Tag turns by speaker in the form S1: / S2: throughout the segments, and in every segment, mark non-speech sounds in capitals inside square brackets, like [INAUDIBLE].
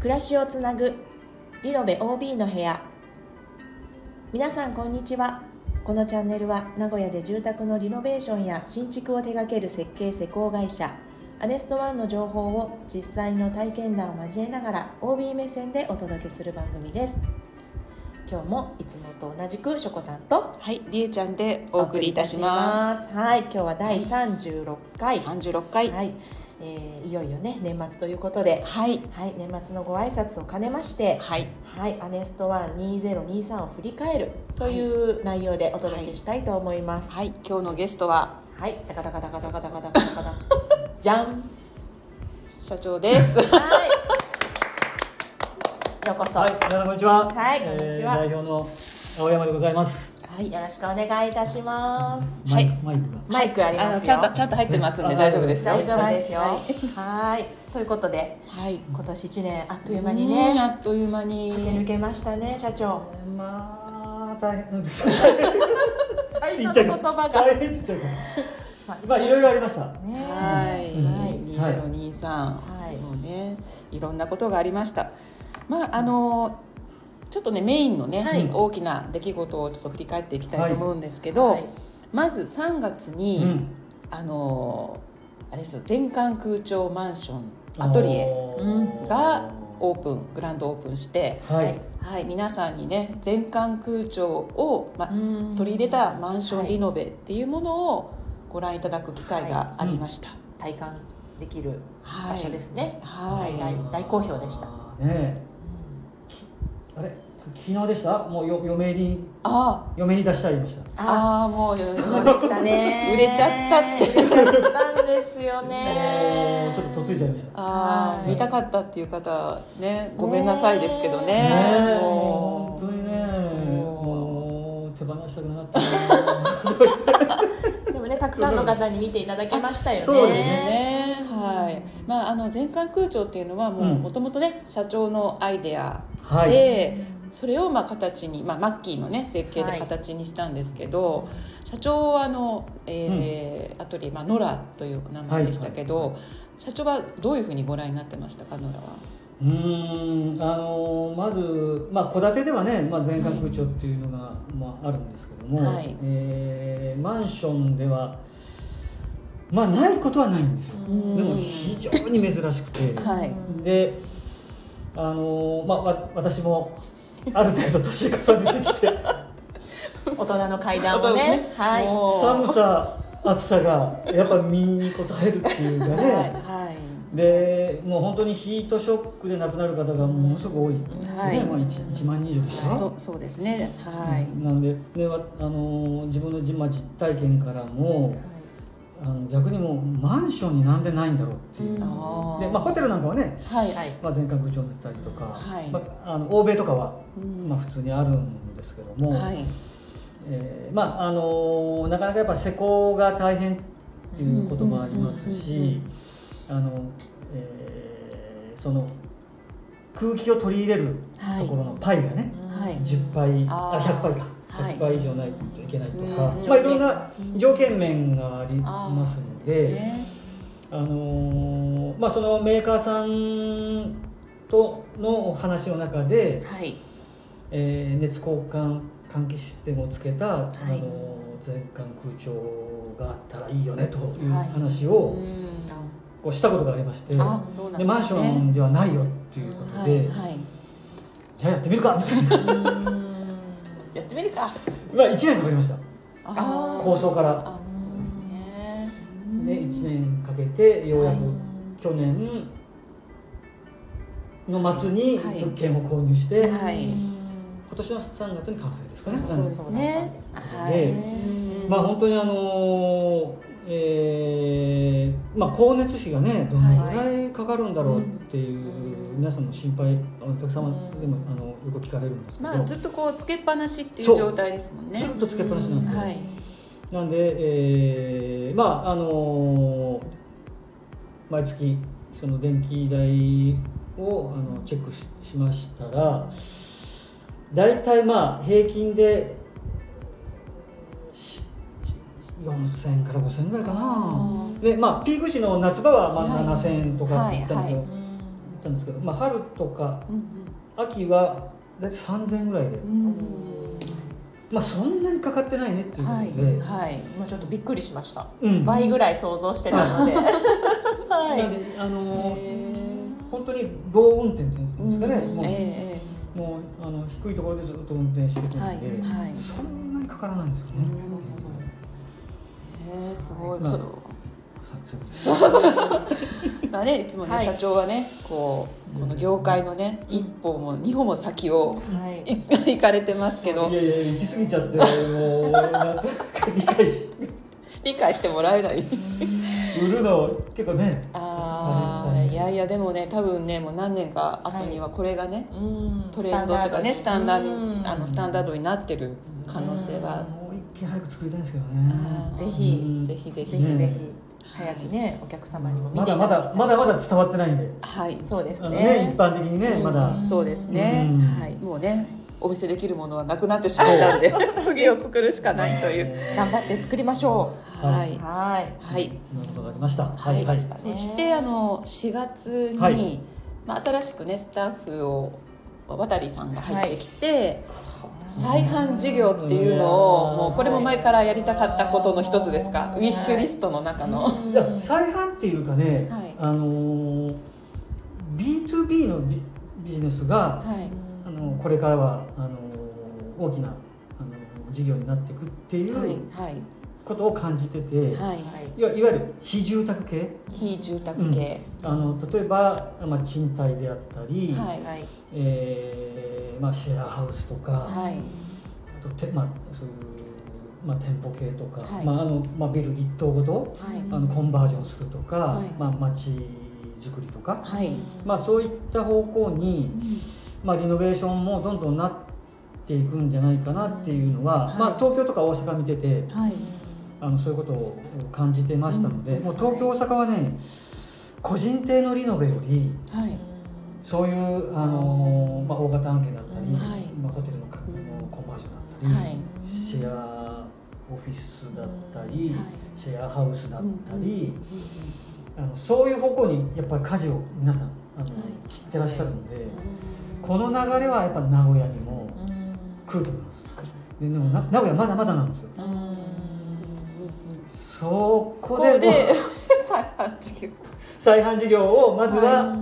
S1: 暮らしをつなぐリロベ OB の部屋皆さんこんにちはこのチャンネルは名古屋で住宅のリノベーションや新築を手掛ける設計施工会社アネストワンの情報を実際の体験談を交えながら OB 目線でお届けする番組です今日もいつもと同じくしょこたんと
S2: はい、りえちゃんでお送りいたします
S1: はい今日は第36回
S2: す。三十六回。
S1: はい、えーいよいよね年末ということで、
S2: はい。
S1: はい、年末のご挨拶を兼ねまして、
S2: はい。
S1: はい、アネストワン2023を振り返るという内容でお届けしたいと思います。
S2: はい、今日のゲストは
S1: はい、タカタカタカタカタカタカタカタ、じゃん。
S2: 社長です。
S1: [LAUGHS] はい。ようこそ。
S3: はい、
S1: は
S3: 皆さんこんにちは。
S1: はいこんにちは
S3: えー代表の青山でございます。
S1: い、よろしくお願いいたします。
S2: はい
S3: マイクが。
S1: マイクありますよ。
S2: ちゃんと、ちゃんと入ってますんで、
S3: あ
S2: 大丈夫ですよ。
S1: 大丈夫ですよ。
S2: は
S1: はい、ということで、
S2: い。はい。
S1: 今年一年あっ
S2: あ
S1: という間に
S2: あ
S1: ね、
S2: っという間に。
S1: 駆け抜けましたね、社長。
S3: まあ大変なんです。
S1: 最
S3: 言っ
S1: 初
S3: ちゃ
S1: の
S3: う
S1: 言
S3: か
S1: 葉が。
S3: 大変って言っちゃうか
S1: まあ
S3: まあいろいろありました。
S1: ね
S2: はい、二ゼロ二三
S1: はい、
S2: もうね、いろんなことがありました。まあ、あの。ちょっとね、メインのね、
S3: い
S2: 大きな出来事をちょっと振り返っていきたいと思うんですけど。
S1: はい
S2: まず3月に、
S3: うん
S2: あのーあれですよ全館空調マンションアトリエ
S1: うん
S2: がオープングランドオープンして、
S3: はい。
S2: はい、皆さんにね全館空調を、まあ
S1: うん
S2: 取り入れたマンショ
S1: は
S2: ン
S1: い
S2: リノベっていうものをご覧いただく機会がありました。
S1: 体感できる
S2: はい
S1: 場所ですね。
S2: はい、
S1: 大大好評でした
S3: ねえ。あれ、昨日でした？もうよ嫁に
S2: あ
S3: 嫁に出してありました。
S1: あ
S2: ああーもう
S1: そうでしたね。
S2: 売れちゃったって
S1: 売れちゃったんですよね
S3: もう。ちょっと突いちゃいました。
S2: あ
S1: は
S2: ー
S1: い
S2: 見たかったっていう方ねごめんなさいですけどね
S1: ね
S3: ねえ、
S2: も
S3: 本
S2: う
S3: 当にね。もう手放したくなかったな。
S1: でもね、たくさんの方に見ていただきましたよね。
S3: そうです
S2: ね、はい。まああの全館空調っていうのはもう
S3: うん
S2: 元々ね社長のアイデア
S3: はい。
S2: で、それをまあ形にまあマッキーのね設計
S1: は
S2: で
S1: い
S2: 形にしたんですけど、社長はあの、えーアトリエまあノラという名前でしたけど、社長はどういうふうにご覧になってましたかノラは。
S3: うーんあのまず、まあ、戸建てではね、まあ、全額帳っていうのが、まあ、あるんですけども、
S2: はい
S3: えーマンションでは、まあ、ないことはないんですよ、
S1: う
S3: で
S1: ん
S3: も非常に珍しくて、
S2: はい。
S3: であの、まあ、わ私もある程度年重ねて
S2: [LAUGHS]
S3: きて
S1: 大人の階段をね。はい。
S2: も
S3: 寒さ暑さがやっぱ身に応えるっていうか
S2: はい
S3: ね、
S2: はい。
S3: でもう本当にヒートショックで亡くなる方がものすごく多い、
S2: はい
S3: ねまあ、1, 万人以上でした
S2: そうそうですね。はい。
S3: なんでで、わあのー自分のじ、まあ、実体験からもあの逆にもうマンションになんでないんだろうってい
S1: う
S3: う、
S1: ん
S3: で
S2: あー
S3: まあ、ホテルなんかはね、
S2: は
S1: は
S2: い
S1: い。
S3: まあ、全館部長だったりとか、
S2: はい
S3: まあ、あの欧米とかは、
S2: うん
S3: まあ、普通にあるんですけども、
S2: はい。
S3: えーまああのーなかなかやっぱ施工が大変っていうこともあります
S2: うんうんうんうんう
S3: しあの、えーその空気を取り入れるところのパイがね、
S2: はい
S3: 10倍
S2: あ
S3: あ
S2: ー
S3: 100倍か
S2: はい
S3: 100倍以上ないといけないとか、
S2: うん
S3: まあ、いろんな条件面がありますので
S2: ですね
S3: あのーまあ、そのメーカーさんとのお話の中で、
S2: はい。
S3: えー熱交換換気システムをつけた、
S2: い
S3: あのー全館空調があったらいいよねという
S2: はい
S3: 話
S2: う
S3: を
S2: ん。
S3: こうしたことがありまして、
S2: あ、そうなんですね。
S3: でマンションではないよっていうこと
S2: は
S3: で、
S2: いはい。
S3: じゃあやってみるかみたい
S2: [LAUGHS]
S3: な
S2: やってみるか。
S3: まあ1年かかりました。
S2: あ
S1: ー
S3: 構想から
S2: あ、そうですね。
S3: で1年かけてようやく去年の末に
S2: はい
S3: 物件を購入して、
S2: はい
S3: 今年の3月に完成ですかね。
S2: あそうですね。は
S3: で
S2: い。うん
S3: まあ本当にあのーえーまあ、光熱費がねどのぐらいかかるんだろうっていう、皆さんの心配お客様でもあのよく聞かれるんですけど、
S2: まあずっとこうつけっぱなしっていう
S3: そう
S2: 状態ですもんね。
S3: ずっとつけっぱなしなんで、
S2: はい。
S3: なんで、えーまああのー毎月その電気代をあのチェックししましたら大体まあ平均でしし4000から5000ぐらいかな
S2: あ
S3: でまあピーク時の夏場はま
S2: はい
S3: あ7000とか
S2: はい
S3: だったんですけど、
S2: は
S3: ったんですけど、まあ、春とか
S2: うん
S3: 秋は大体3000円ぐらいで、
S2: うん
S3: まあ、そんなにかかってないねっていうこ
S2: は
S3: とで、
S2: いはい
S1: 今ちょっとびっくりしました
S3: うん
S1: 倍ぐらい想像してたの
S3: [LAUGHS]
S1: では
S3: なん
S1: い
S3: であのー
S2: へー
S3: 本当に棒運転っていうんですかね、
S2: うん
S3: もう,、
S2: ええ
S3: もうあの低いところでずっと運転してくるんで、
S2: はいはい
S3: そんなにかからないんですよね、
S2: ええ
S3: は
S2: え
S3: い
S2: えすごい、
S3: まあ
S2: その
S3: そうです
S2: そうそうそう。まあね、いつもね、
S1: はい
S2: 社長はね、こう、この業界のね、一歩も二歩も先を。 [LAUGHS]
S1: はい
S2: い行かれてますけど
S3: い、やいや行き過ぎちゃってもうなんか理解し
S2: 理解してもらえ [LAUGHS] ない。
S3: 売るの結構ね
S2: ああ、いやいや、でもね、多分ね、もう何年か後にはこれがね。
S1: うん
S2: トレンドとかね、スタンダード
S1: う
S2: に、
S1: ん
S2: あのスタンダードになってる可能性は。
S3: もう一軒早く作りたいんですけどね
S2: あー
S1: ぜひ
S3: うん
S2: ぜひぜひ
S1: ぜ。ひぜひ早くねお客様にも見
S3: ま
S1: てい
S3: だ
S1: ただ
S3: ま
S1: きた
S3: だ
S1: い
S3: まだまだ伝わってないんで
S2: はい、
S1: そうです
S3: あのね
S1: ね
S3: 一般的にねまだ
S2: うんそうですね
S3: うん。
S2: はい、もうね、お見せできるものはなくなってしまった [LAUGHS] んで、次を作るしかないという。
S1: 頑張って作りましょう
S2: はい。
S1: はい
S2: はい。
S3: なことがありました
S2: はい
S3: はいはい
S2: そしてあの4月に、
S3: はい
S2: まあ、新しくねスタッフを渡さんが入ってきて、再販事業っていうの
S3: う
S2: を
S3: ん
S2: もうこれも前からやりたかったことの一つですかウィッシュリストの中の。
S3: いや再販っていうかね、
S2: はい
S3: あのー B2B のビビジネスが
S2: はい
S3: あのこれからはあのー大きなあのー事業になっていくってい
S2: はいうはい
S3: ことを感じてて、い
S2: はい
S3: わいわゆる非住宅系
S2: 非住宅系、
S3: あの例えば、まあ、賃貸であったり、
S2: はい
S1: はい
S3: えーまあ、シェアハウスとか、
S2: はい
S3: あとてまあ、そういう、まあ、店舗系とか、
S2: はい
S3: まああのまあ、ビル一棟ごと
S2: はい
S3: あのコンバージョンするとか、
S2: はい
S3: まあ、街づくりとか、
S2: はい
S3: まあ、そういった方向に、まあ、リノベーションもどんどんなっていくんじゃないかなっていうのは、
S2: はい
S3: まあ、東京とか大阪見てて
S2: はい
S3: あのそういうことを感じてましたので、もう東京大阪はね個人邸のリノベより
S2: はい
S3: そういう、あのーまあ、大型案件だったり、
S2: はい
S3: まあ、ホテルのか
S2: うん
S3: コンバージョンだったり、
S2: はい
S3: シェアオフィスだったり、
S2: はい
S3: シェアハウスだっ
S2: う
S3: た
S2: んうん
S3: り、あのそういう方向にやっぱり舵を皆さんあの、切ってらっしゃるので、この流れはやっぱ名古屋にも来ると思います。ででもな名古屋まだまだなんですよ。そ
S2: こ
S3: こ
S2: こ
S3: で
S2: で
S3: もう
S2: 再販事業
S3: 再販事業をまずは、
S2: は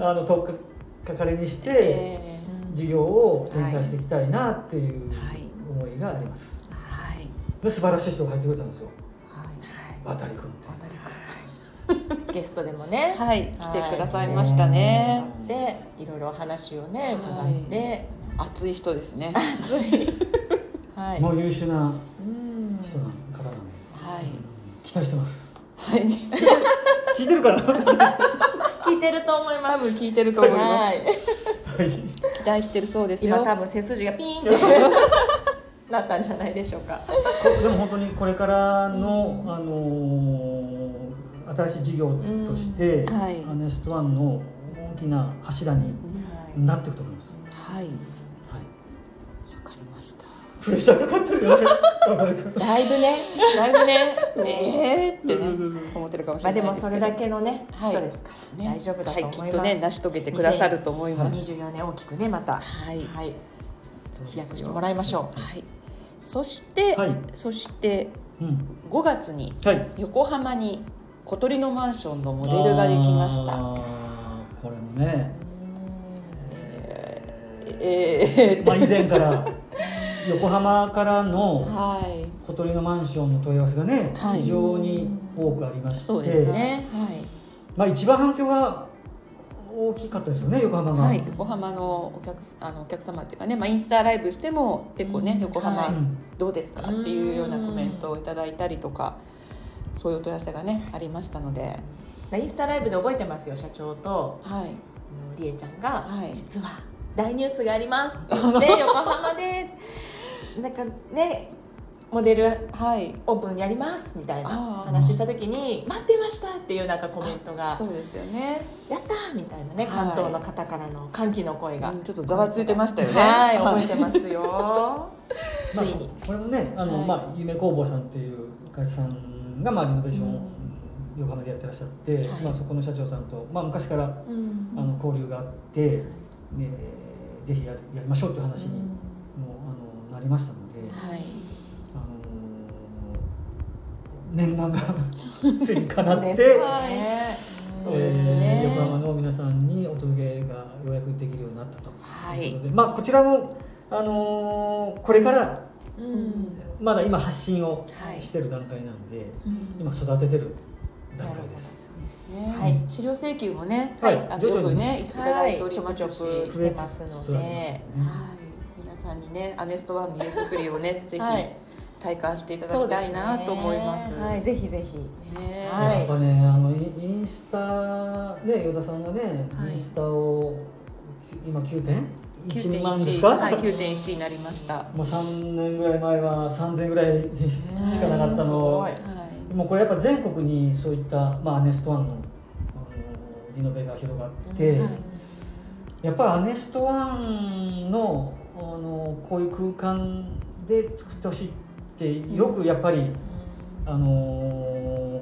S3: あのとっかかりにして。
S2: えー
S3: 事業を展開していきたいなっていう
S2: はい
S3: 思いがあります、
S2: はい
S3: で素晴らしい人が入ってくれたんですよ渡君って
S2: 渡り
S1: ゲストでもね
S2: くんはい
S1: はい
S2: 来てくださいましたね
S1: でいろいろお話をね伺って
S2: 熱い人です [LAUGHS] ね
S1: はい
S3: もう優秀
S1: う
S3: な
S1: ん
S3: 人な方なので、
S2: はい
S3: 期待し
S2: [LAUGHS]
S3: てます
S2: はい
S3: 聞いて
S2: [LAUGHS]
S3: るかなは
S1: 聞いてると思いま
S2: 多
S1: す
S2: 分聞いてると思いま
S1: はい
S3: い
S2: す期待してるそうですよ
S1: 今多
S2: は
S1: 分背筋がピーンってなったんじゃないでしょうか
S3: こでも本当にこれからの、あのー新しい事業として、
S2: んはい
S3: アネストワンの大きな柱になっていくと思います、
S2: い
S3: はい、
S2: わかりました
S3: プレッシャーかかってるよ
S2: [LAUGHS]
S3: ね渡君
S1: だいぶね
S2: だいぶ [LAUGHS] ねえーってね思ってるかもし
S1: まあ
S2: れな
S1: で
S2: い
S1: も
S2: です
S1: そ
S2: け
S1: れ
S2: ど
S1: だけのね
S2: はい
S1: 人ですから
S2: ね
S1: 大丈夫だと思います
S2: はいきっとね成し遂げてくださると思います
S1: 2024年大きくねまた
S2: は
S1: はいはい
S2: そうです
S1: 飛
S2: よ
S1: 躍してもらいましょう
S2: はいそして
S3: はい
S2: そして
S3: うん
S2: 5月に
S3: はい
S2: 横浜に小鳥のマンションのモデルができました
S3: あーこれもね
S2: え
S3: まあ、以前から
S2: [LAUGHS]
S3: 横浜から
S2: ー、
S3: の
S2: はい
S3: 小鳥のマンションの問い合わせがね、
S2: はい
S3: 非常に多くありまして
S2: そうですね。はい。
S3: まあ、一番反響が大きかったですよね横浜が、
S2: はい、横浜のお客すあのお客様っていうかね、まあ、インスタライブしても結構ね、
S1: うん
S2: 横
S1: は
S3: う
S2: 浜
S3: ん
S2: どうですか、っていうようなコメントをいただいたりとかそういうお問い合わせがねありましたので、
S1: インスタライブで覚えてますよ社長と
S2: はい、
S1: あのりえちゃんが
S2: はい
S1: 実は大ニュースがあります」って言って
S2: [LAUGHS]
S1: 横浜でなんかねモデル
S2: はい、
S1: オープンやりますみたいな
S2: あー
S1: 話をした時に「待ってました!」っていうなんかコメントが
S2: そうですよね。
S1: 「やった!」みたいなね
S2: はい
S1: 関東の方からの歓喜の声が
S2: うんちょっとざわついてましたよね。
S1: はい覚えてますよついに
S3: まあこれもねあの、
S2: はい
S3: まあ、夢工房さんっていう会社さんが、まあ、リノベーション横浜でやってらっしゃって、まあ、そこの社長さんと、まあ、昔から
S1: うん
S3: あの交流があって、ね、ぜひややりましょうっていう話にも、あのなりましたので、
S1: はい
S3: あの念願がついにかなって、
S2: はい
S1: そうですね
S3: えー横浜の皆さんにお届けがようやくできるようになったと
S1: はいいう
S3: ことで、まあ、こちらも、あのーこれから
S1: うん
S3: まだ今発信を
S1: はい
S3: してる段階なので、
S1: うん
S3: 今育ててる
S2: な
S3: 段
S2: るほ
S3: 階
S2: ど
S3: です。
S2: そうですね。
S1: は
S2: はいい。資料請求もね、
S3: はい
S2: あの
S3: 徐々
S2: よ
S3: に
S2: くね、いただいており
S1: ちょ
S2: ま
S1: くちょ
S2: す
S1: く
S2: し、
S1: し
S2: は
S1: てますの
S3: そうな
S1: で
S3: ん
S1: す
S3: よね
S2: い。皆さんにね、アネストワンの家作りをね、ぜひ
S1: はい
S2: 体感していただきたいなと思います。
S1: そうでねはい、
S2: ね
S1: ぜひぜひ。は
S3: やっぱねあのインインスタね依田さんがね、
S2: はい
S3: インスタを今9点
S2: 9.1
S3: 1万ですか、
S2: はい、9.1になりました。は
S3: もう3年ぐらい前は3000ぐらい [LAUGHS] しかなかったのを
S1: うんす
S2: い。
S3: もうこれやっぱ全国にそういった、まあ、アネストワンのあのリノベが広がって、
S1: うん
S2: はい
S3: やっぱりアネストワンのあのこういう空間で作ってほしいってよくやっぱり、あの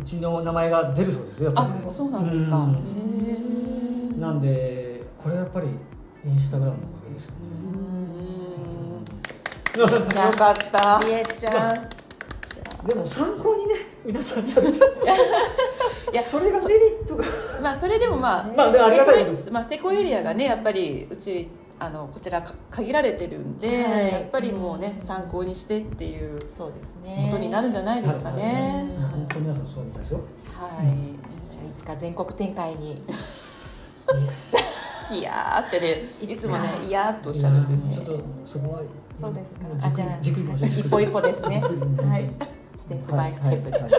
S3: うちの名前が出るそうですよやっぱり
S2: あ、そうなんですか。
S3: う
S2: へ
S3: ん
S2: ー
S3: なんでこれやっぱりインスタグラムのおかげですよ
S2: う
S3: ね。
S2: ん
S1: じゃ
S2: よかった
S1: あ、。りえちゃん。
S3: [LAUGHS] でも参考にね皆さんされて
S2: いや
S3: それがメリットが
S2: まあそれでもまあ、
S3: まあ
S2: セ
S3: ありがたいことで
S2: セコイまあセコイエリアがねやっぱりうちあのこちらか限られてるんで、
S1: はい
S2: やっぱりもうね参考にしてっていうこ
S1: そうですね。
S2: とになるんじゃないですかね。
S3: はい本当に皆さんそうみたいですよ。
S2: はい。
S1: じゃあいつか全国展開に。
S2: いやーってねいつも
S1: いつか
S2: ねいやーっとおっしゃるんです
S3: ちょ
S2: よ
S3: っ。とそこは
S1: そうですか
S3: もう。じ
S1: あ、
S3: っく
S1: じ
S3: り
S1: ゃあ
S3: じっくり行きましょう
S1: 一歩一歩ですね。
S3: じっくりうん
S1: はい。ステップバイステップで。
S3: はいはいは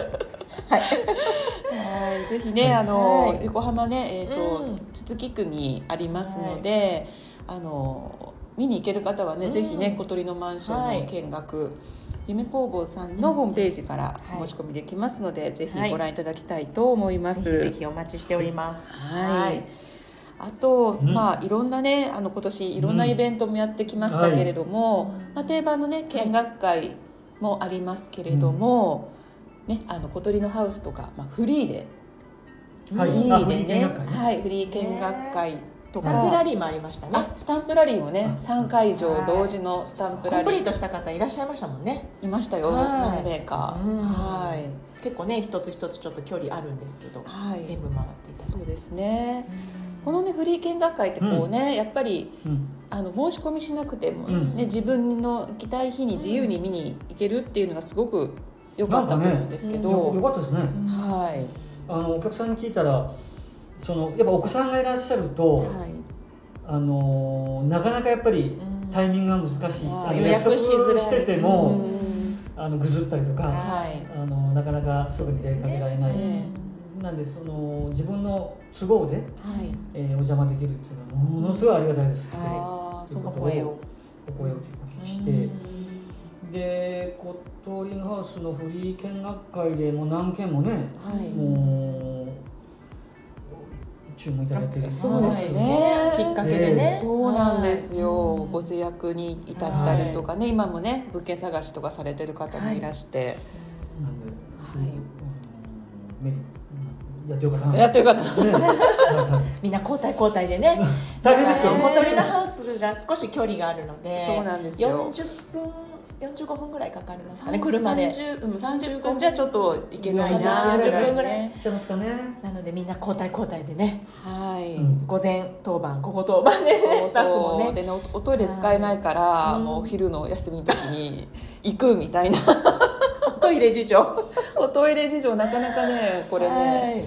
S3: い
S2: はい。ぜひねあの、
S1: はい
S2: 横浜ねえっ、
S1: う
S2: と
S1: ん
S2: 筒木区にありますので、あの見に行ける方はね、
S1: うん
S2: ぜひね小鳥のマンションの見学、夢工房さんのホームページから
S1: うんはい
S2: 申し込みできますので、ぜ
S1: は
S2: ひ
S1: い
S2: ご覧いただきたいと思います。
S1: ぜひぜひお待ちしております。
S2: はい。あと、
S3: ん
S2: まあいろんなねあの今年いろんなイベントもやってきましたけれども、まあ、定番のね見学会もありますけれども、ね、あの小鳥のハウスとか、まあ、フリーで、
S3: はい
S2: フリ
S3: あ
S2: ーでね
S3: フリー見学会ね
S2: はい、フリー見学会と
S1: スタンプラ
S2: か、
S1: リーもありましたね
S2: あ。スタンプラリーもね
S3: あ
S2: 3会場同時のスタンプ
S1: コ
S2: ラ
S1: ン
S2: リ
S1: プリー
S2: ー
S1: トした方いらっしゃいましたもんね。
S2: いましたよ
S1: はい
S2: 何名か。
S1: うん
S2: はい
S1: 結構ね一つ一つちょっと距離あるんですけど、
S2: はい
S1: 全部回っていただいて
S2: そうですねこのねフリー見学会ってこうね、やっぱり
S3: うん
S2: あの申し込みしなくても、ね
S3: うん
S2: 自分の行きたい日に自由に見に行けるっていうのがすごく良かったと思うんですけ
S3: よよ
S2: ど、
S3: かったですね。
S2: はい、
S3: あのお客さんに聞いたらそのやっぱお子さんがいらっしゃると、
S2: はい、
S3: あのなかなかやっぱり
S1: うん
S3: タイミングが難しい、
S2: うん
S3: あの
S2: 予
S1: 約
S3: 約
S1: しづらい
S3: してて
S2: う
S3: も、
S2: ん
S3: あのぐずったりとか、
S2: はい
S3: あのなかなかすぐに出かけられない、
S2: そうですね
S3: なんでその自分の都合で、
S2: はい、
S3: えーお邪魔できるっていうのはものすごいありがたいです、
S2: ああ、そ
S1: その
S2: の
S1: 声を
S3: お声をお聞きして、で小鳥のハウスのフリー見学会でもう何件もね、
S2: はい、
S3: もう注文いただいてる
S2: そうです
S1: は
S2: ね
S1: いきっかけでね
S3: ええ
S2: そうなんですよ、
S1: はい
S2: ご制約に至ったりとかね、今もね物件探しとかされてる方もいらして、
S3: なんで、すご
S2: はい
S3: い、メリやってよかったな。
S2: やってる方
S3: ねはいはい
S1: みんな交代交代でね
S3: 大変ですけど
S1: だから小鳥のハウスが少し距離があるので
S2: そうなんですよ
S1: 40分45分ぐらいかかりますかね車で
S2: 30うん30分じゃちょっと行けないな
S1: 40分
S2: ね
S1: ぐらい
S3: 行っちゃいますかね。
S1: なのでみんな交代交代でね
S2: はい、
S3: うん
S1: 午前当番午後当番でね
S2: そう
S1: スタッフも
S2: そう
S1: ね
S2: でねおおトイレ使えないから、
S1: い
S2: もうお昼の休みの時に行くみたいな
S1: おトイレ事情
S2: [LAUGHS] おトイレ事情なかなかねこれね、
S1: はい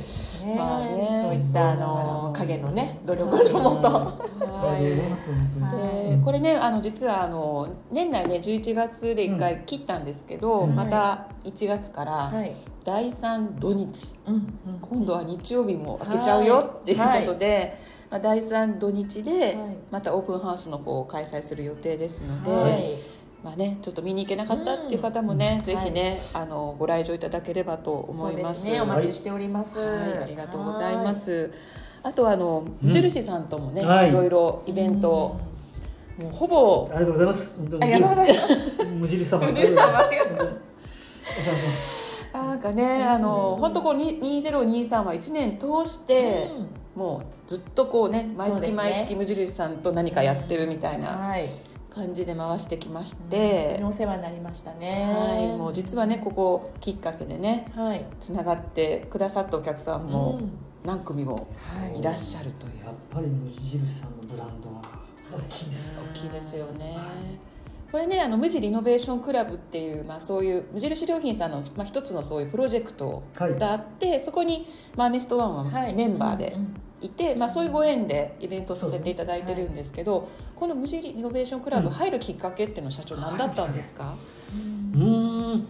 S2: まあね
S1: そういったあ
S2: そ
S1: の
S2: う
S1: 影のね努力のもと
S2: は
S3: ありがとうござい
S2: い
S3: ます本当に
S1: は
S2: でこれねあの実はあの年内ね11月で1回切ったんですけど、
S3: うん
S2: また1月から
S1: はい
S2: 第3土日、
S1: うんうん
S2: 今度は日曜日も開けちゃうよっていうことで、まあ、第3土日
S1: い
S2: でまたオープンハウスの方を開催する予定ですので、
S1: はい
S2: まあね、ちょっと見に行けなかったっていう方もね、
S1: ん
S2: ぜひね、あのご来場いただければと
S1: そ
S2: 思
S1: う
S2: い
S1: で
S2: ます。
S1: すねお待ちしております
S2: はい、ありがとうございます。あとはあの
S3: うん
S2: 無印さんともね、
S3: はい
S2: いろいろイベント、もうほぼ
S3: ありがとうございます。本当に
S1: ありがとうございます
S3: 無印様。
S2: 無印様
S3: ありがとうございます。
S2: あなんかね、あの本当こうに2023は1年通して、
S1: うん
S2: もうずっとこうね毎
S1: そうで
S2: 月
S1: すね
S2: 毎月無印さんと何かやってるみたいな
S1: はい、
S2: 感じで回してきまし
S1: 本当
S2: て
S1: に、お世話になりましたね。
S2: はい、もう実はねここきっかけでね
S1: はい、
S2: つながってくださったお客さんも
S1: うん
S2: 何組も
S1: はい
S2: いらっしゃるという、
S3: やっぱり無印さんのブランドは大きいです、
S2: 大きいですよね。これねあの無地リノベーションクラブっていう、まあ、そういう無印良品さんの、まあ、一つのそういうプロジェクト
S3: はい
S2: があって、そこに、まあ、アーネストワン
S1: は
S2: はいメンバーで
S1: うん
S2: いて、まあ、そういうご縁でイベントをさせていただいてるんですけど、この無地イノベーションクラブ
S3: うん
S2: 入るきっかけっていうのは社長何だったんですか、
S3: うーん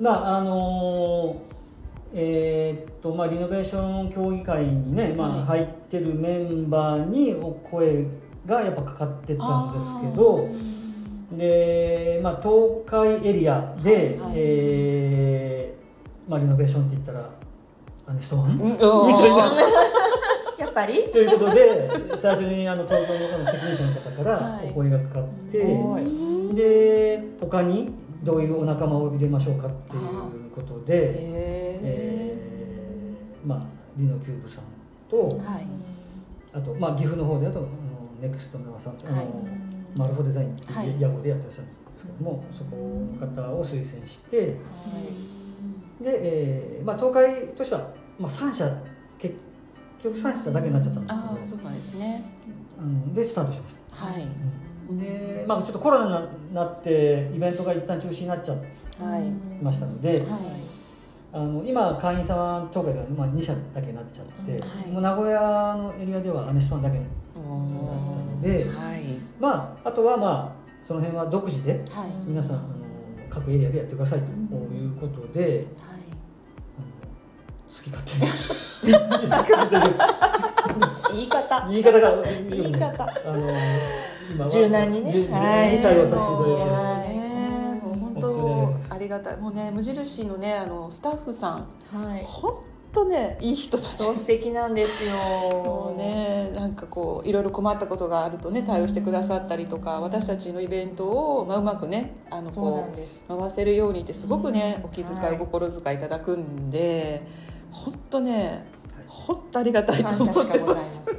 S3: まああのーえーっとまあリノベーション協議会にね、まあ、入ってるメンバーにお声がやっぱかかってたんですけどで、まあ、東海エリアで、
S2: はい
S3: えーまあ、リノベーションって言ったらアーネストワン
S2: うん、みたいな
S1: やっぱり。
S3: というこ
S2: [LAUGHS]
S3: とで最初にあの東京の責任者の方から
S2: はい
S3: お声がかかって、
S1: すごい
S3: で他にどういうお仲間を入れましょうかっていうことで。え
S2: へ
S3: ーまあ、リノキューブさんと
S2: ーはい
S3: あと、まあ、岐阜の方であとあのネクストの和さんと、
S2: はい
S3: あのマルフォデザインって
S2: はいいう
S3: 屋号でやってらっしゃるんですけども、そこの方を推薦してで、えーまあ、東海としては、まあ、3社結局3社だけになっちゃったんです
S2: ああ
S3: け
S2: そ
S3: ど
S2: うなんですね
S3: うんでスタートしました。
S2: はい、
S3: うんでまあ、ちょっとコロナになってイベントが一旦中止になっちゃい
S2: はいはい
S3: ましたので、あの今会員様町会では、まあ、2社だけになっちゃって、
S2: はい
S3: もう名古屋のエリアではアネストンだけにな
S2: お
S3: ったの
S2: ー
S3: で、
S2: はい
S3: まああとはまあその辺は独自で
S2: はい
S3: 皆さんあの各エリアでやってくださいということで、あの好き勝手に [LAUGHS] 好き勝手に
S1: 言い方。
S3: 言い方が
S1: 言い方。
S3: あの今は
S1: 柔軟にね
S3: 柔柔
S1: は
S3: 軟
S1: い
S3: に対応させていただいて、
S1: は
S2: ねもう本
S3: 本当
S2: 当
S3: です
S2: ありがたいもうね無印のねあのスタッフさん
S1: はい。
S2: 本当ねいい人たち
S1: そう素敵なんですよ。
S2: もうねなんかこういろいろ困ったことがあるとね対応してくださったりとか私たちのイベントを、まあ、うまくねあの
S1: そうな
S2: こ
S1: んです。
S2: う回せるようにってすごくね
S1: うん
S2: お気遣い、
S1: はい
S2: お心遣いいただくんで本当ね本当ありがたいと
S1: 感謝
S2: 思っ
S1: しか
S2: て
S1: ござ
S2: ま。
S1: いますす。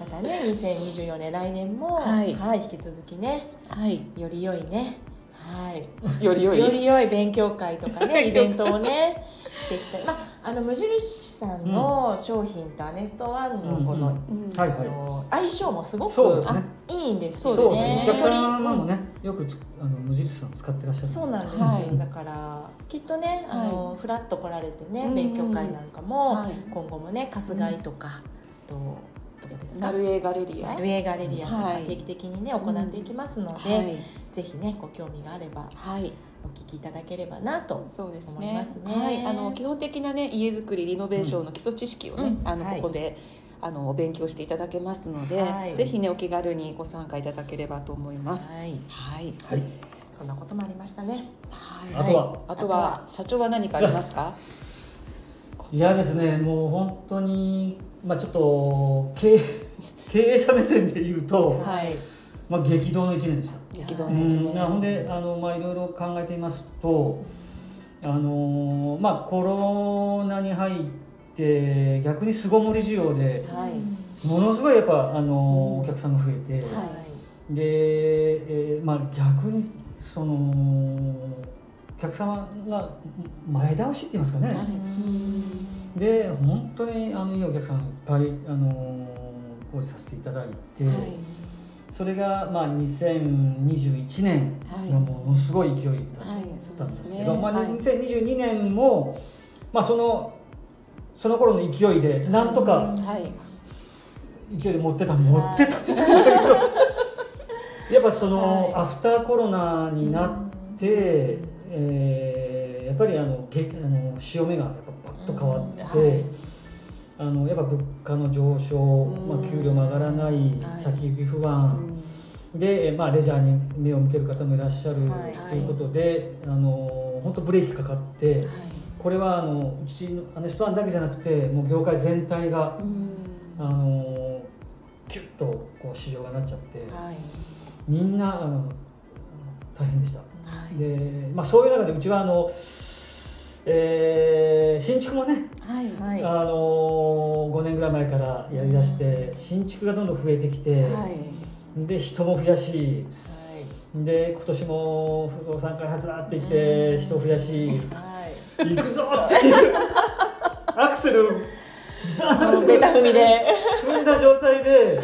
S1: またね、2024年来年も、
S2: はい
S1: 引き続きね、
S2: はい、
S1: より良いね、はい、
S2: より良い
S1: より良い勉強会とかね、イ
S2: 勉強会
S1: ベントをね、していきたい。まああの無印さんの商品とアネストワンのこの、
S2: うん
S3: はい
S1: あの相性もすごく
S3: そうですね
S1: いいんです
S3: そ
S1: よ
S3: う
S1: ね。
S3: ですね。お客様
S1: より
S3: もね、よくつあの無印さん使ってらっしゃる。
S1: そうなんですよ、
S2: はい
S1: だからきっとねあの、フラッと来られてね
S2: うん
S1: 勉強会なんかも、
S2: はい
S1: 今後もね春日井とか、とどこですか
S2: ナルエガレリア
S1: ルエガレリアとか
S2: はい
S1: 定期的にね、行っていきますので、
S2: はい、
S1: ぜひねご興味があれば
S2: はい、
S1: お聞きいただければなと
S2: そうです
S1: 思いま
S2: ね
S1: すね
S2: はい、あの基本的なね家づくりリノベーションの基礎知識をね、
S1: うん
S2: あの
S1: は
S2: こ
S1: い
S2: こで、あのお勉強していただけますので、
S1: はい
S2: ぜひねお気軽にご参加いただければと思います。
S1: はい
S2: はい、
S3: はい。
S1: そんなこともありましたね
S3: あ
S2: はい
S3: とは
S2: あとは社長は何かありますか？
S3: いやですね、もう本当に、まあ、ちょっと経営経営者目線で言うと、
S1: はい
S3: まあ、激動の1年でした。
S2: 激動
S3: う
S2: の一
S3: ん、
S2: 年。
S3: ほんであの、まあ、いろいろ考えていますと、あのまあ、コロナに入って逆に巣ごもり需要で
S2: はい
S3: ものすごいやっぱ、あの
S2: うん
S3: お客さんが増えて、
S2: はい
S3: で、えーまあ、逆にそのお客様が前倒しって言いますかね、
S2: はい
S3: で本当にあのいいお客さんいっぱい、あのー、講師させていただいて、
S2: はい
S3: それが、まあ、2021年
S2: はい
S3: がものすごい勢いだっ
S2: はいそう
S3: たん
S2: で
S3: ですす
S2: ね。
S3: けど、まあ
S2: はい
S3: 2022年も、まあ、そのその頃の勢いでなんとか
S2: はい
S3: 勢いで持ってた持ってたって言ったんだけ
S2: [LAUGHS]
S3: どやっぱその、
S1: はい
S3: アフターコロナになって、えーやっぱりあのげあの潮目がやっぱバッと変わって、
S2: うんはい
S3: あのやっぱ物価の上昇、まあ
S2: うん、
S3: 給料も上がら
S2: は
S3: ない、
S2: い
S3: 先行き不
S2: う
S3: 安、
S2: ん
S3: で、えーまあ、レジャーに目を向ける方もいらっしゃる
S1: はい
S3: ということで、あの本当ブレーキかかって
S2: は
S3: これはあのうちのアネストアンだけじゃなくてもう業界全体が
S2: いうん
S3: あのキュッとこう市場がなっちゃって
S2: はい
S3: みんなあの大変でした
S2: はい
S3: で、まあ、そういう中でうちはあの、ええー新築もね、
S2: はいは
S1: はい
S3: あのー、5年ぐらい前からやりだして新築がどんどん増えてきて、
S2: いはい
S3: で人も増やしで今年も不動産開発だって言っ
S2: う
S3: て
S2: ん
S3: 人増やし
S1: はい
S3: 行くぞっていうアクセルバーン
S2: あのベタ踏みで
S3: 踏んだ状態で、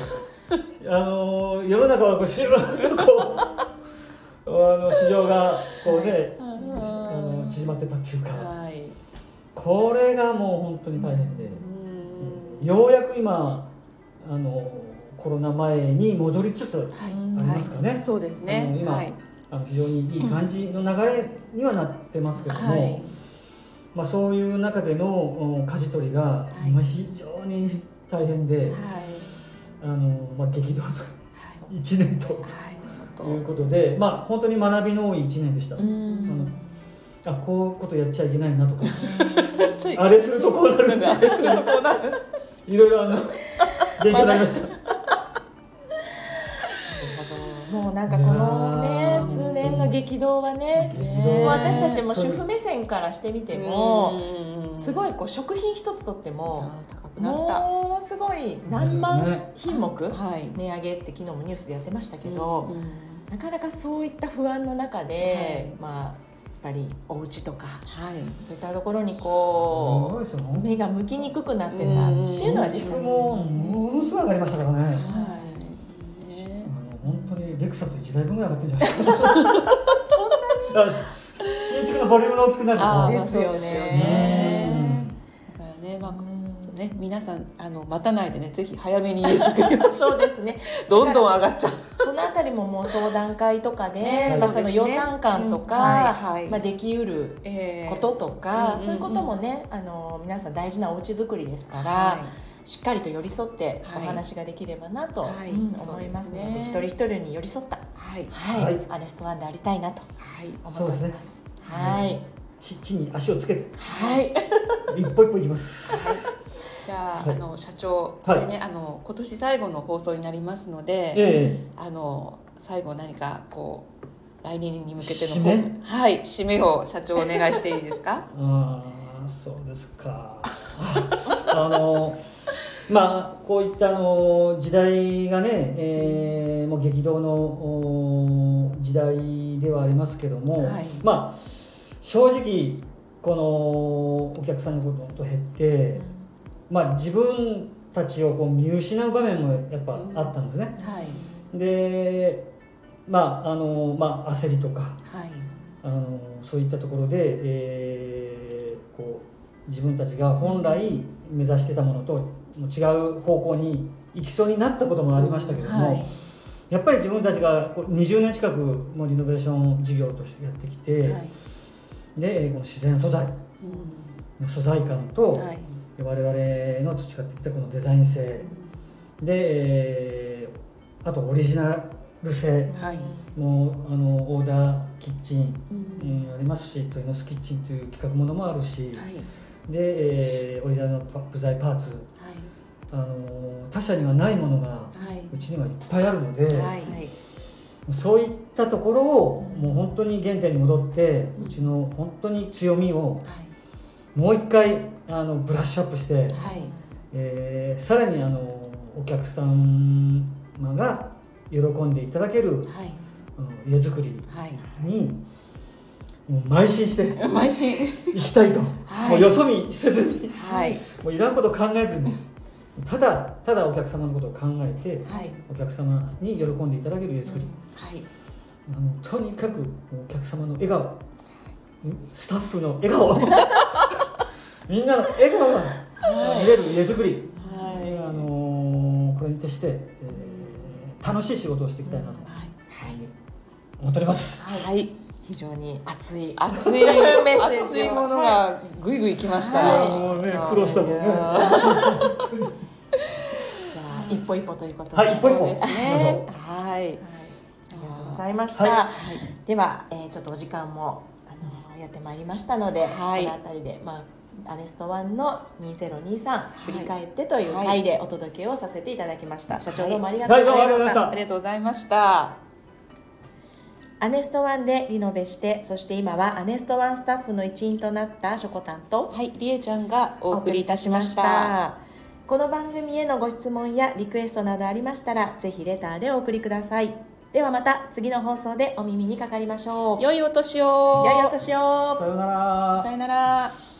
S3: あの世の中はこうシューッとこうあの市場がこうね、あの縮まってたっていうか、
S2: はい
S3: これがもう本当に大変で
S2: う、ん
S3: ようやく今あのコロナ前に戻りつつ
S2: はい
S3: ありますかね、
S2: はいそうです
S3: あの
S2: ね
S3: 今
S2: はい
S3: あの非常にいい感じの流れにはなってますけども、
S2: はい
S3: まあ、そういう中でのうん舵取りが
S2: い
S3: まあ非常に大変で、
S2: は
S3: あのまあ、激動の1年と。
S2: い
S3: ということで、まあ、本当に学びの多い1年でした、
S2: う
S3: うん
S2: ん
S3: あこういうことやっちゃいけないなとか
S2: ちょい
S3: あれするとこうなるんだ
S2: あれするとこうなる
S3: [LAUGHS] いろいろあの勉強になりました
S1: もうなんかこの
S3: いや
S1: ね
S3: ー
S1: 数年の激動はね
S2: ね
S1: もう私たちも主婦目線からしてみても
S2: も
S1: す
S2: い
S1: ごいこう食品一つとっても
S2: 高くなった
S1: ものすごい何万品目
S2: はい
S1: 値上げって昨日もニュースでやってましたけど、なかなかそういった不安の中で、まあやっぱりお家とか
S2: はい
S1: そういったところに
S3: すご
S1: こ
S3: いですよ
S1: う目が向きにくくなってたっていうのは実
S3: 新
S1: 際
S3: 築もものすごい上がりましたからね、あ
S2: はいね
S3: の本当にレクサス1台分ぐらい上がってるんじゃない [LAUGHS] ですかそんなに新築のボリュームが大きくなると
S2: あ
S3: か
S2: ー
S1: で
S2: ですす
S1: よ
S2: よ
S1: ね
S2: ね。
S3: うん
S2: だからねまあ
S1: うん
S2: ね皆さんあの待たないでねぜひ早めに家作りまし [LAUGHS] ょう
S1: そうですね。
S2: どんどん上がっちゃう
S1: そのあたりももう相談会とかで、
S2: ね
S1: まあ
S2: そ
S1: そうの
S2: ですね
S1: 予算感とか、
S2: うんはいはい
S1: まあできうる
S2: え
S1: こととか、
S2: えー
S1: そういうこともね、あの皆さん大事なお家作りですから、
S2: は
S1: しっかりと寄り添ってお
S2: はい
S1: 話ができればなと、
S2: はい
S1: うん
S2: そう
S1: 思い
S2: ですね
S1: ますので一人一人に寄り添った、
S2: はい
S1: はい
S3: はい
S1: アレストワンでありたいなと
S2: はい
S1: 思っております。は
S3: はいい、地地に足をつけて
S1: はい、
S3: 一歩一歩いきます
S2: じゃあ,、
S3: はい
S2: あの社長、
S3: はい
S2: これねあの今年最後の放送になりますので、
S3: え
S2: あの最後何かこう来年に向けての
S3: 締め
S2: 抱負はい締めを社長お願いしていいです
S3: [LAUGHS]
S2: か
S3: ああそうですか [LAUGHS] あのまあこういったあの時代がね、えーもう激動のお時代ではありますけども、
S2: はい
S3: まあ正直このお客さんがどんどん減って、まあ、自分たちをこう見失う場面もやっぱあったんですね。
S2: はい
S3: でまああのまあ、焦りとか、
S2: はい
S3: あのそういったところで、えーこう自分たちが本来目指してたものともう違う方向に行きそうになったこともありましたけれども、
S2: はい
S3: やっぱり自分たちがこう20年近くもうリノベーション事業としてやってきて、
S2: はい
S3: でえーこの自然素材
S2: う
S3: の素材感と、
S2: んはい
S3: 我々の培ってきたこのデザイン性で、えーあとオリジナル性
S2: はい
S3: もうあのオーダーキッチン
S2: う
S3: うんんありますし、トイノスキッチンという企画ものもあるし、
S2: はい
S3: で、えーオリジナルのパ部材パーツ、
S2: は
S3: あのー他社にはないものが
S2: いう
S3: ちにはいっぱいあるので、
S2: はい
S1: い、
S3: そういったところをもう本当に原点に戻って、
S2: う
S3: うんちの本当に強みを
S2: は
S3: もう一回あのブラッシュアップして
S2: い、はい
S3: えーさらにあのお客様が喜んでいただける
S2: はい
S3: あの家づくり
S2: はい
S3: にもう邁進して
S2: 毎週
S3: いきたいと、
S2: はい
S3: もうよそ見せずに。
S2: はい
S3: もういらんこと考えずにただただお客様のことを考えて
S2: はい
S3: お客様に喜んでいただける家づくり、
S2: はい
S3: あのとにかくお客様の笑顔んスタッフの笑顔 [LAUGHS] みんなの笑顔が見れる家づくり、
S2: はい
S3: あのーこれに徹して、えー楽しい仕事をしていきたいなと思っております。
S2: はいはい
S1: 非常に熱い
S2: [LAUGHS] 熱い
S1: メッセージを
S2: 熱いものがぐいぐいきました。
S1: はい
S3: いやもうね苦労したもんね
S2: いや
S1: じゃあ一歩一歩ということで、
S3: はい一歩一歩
S2: そうですね。は
S1: あ
S2: い。
S1: りがとうございました。
S3: は
S1: では、えーちょっとお時間もあのやってまいりましたので、
S2: はい
S1: この辺りで、まあ、アレストワンの2023振り返ってという回でお届けをさせていただきました。社長どうもありがとうございました。
S3: はいどうもありがとうございました
S2: ありがとうございました。
S1: アネストワンでリノベしてそして今はアネストワンスタッフの一員となったしょこたんと
S2: はい、りえちゃんがお送りいたしました
S1: この番組へのご質問やリクエストなどありましたらぜひレターでお送りくださいではまた次の放送でお耳にかかりましょう
S2: 良いお年を
S1: 良いお年を
S3: さようなら
S2: さよなら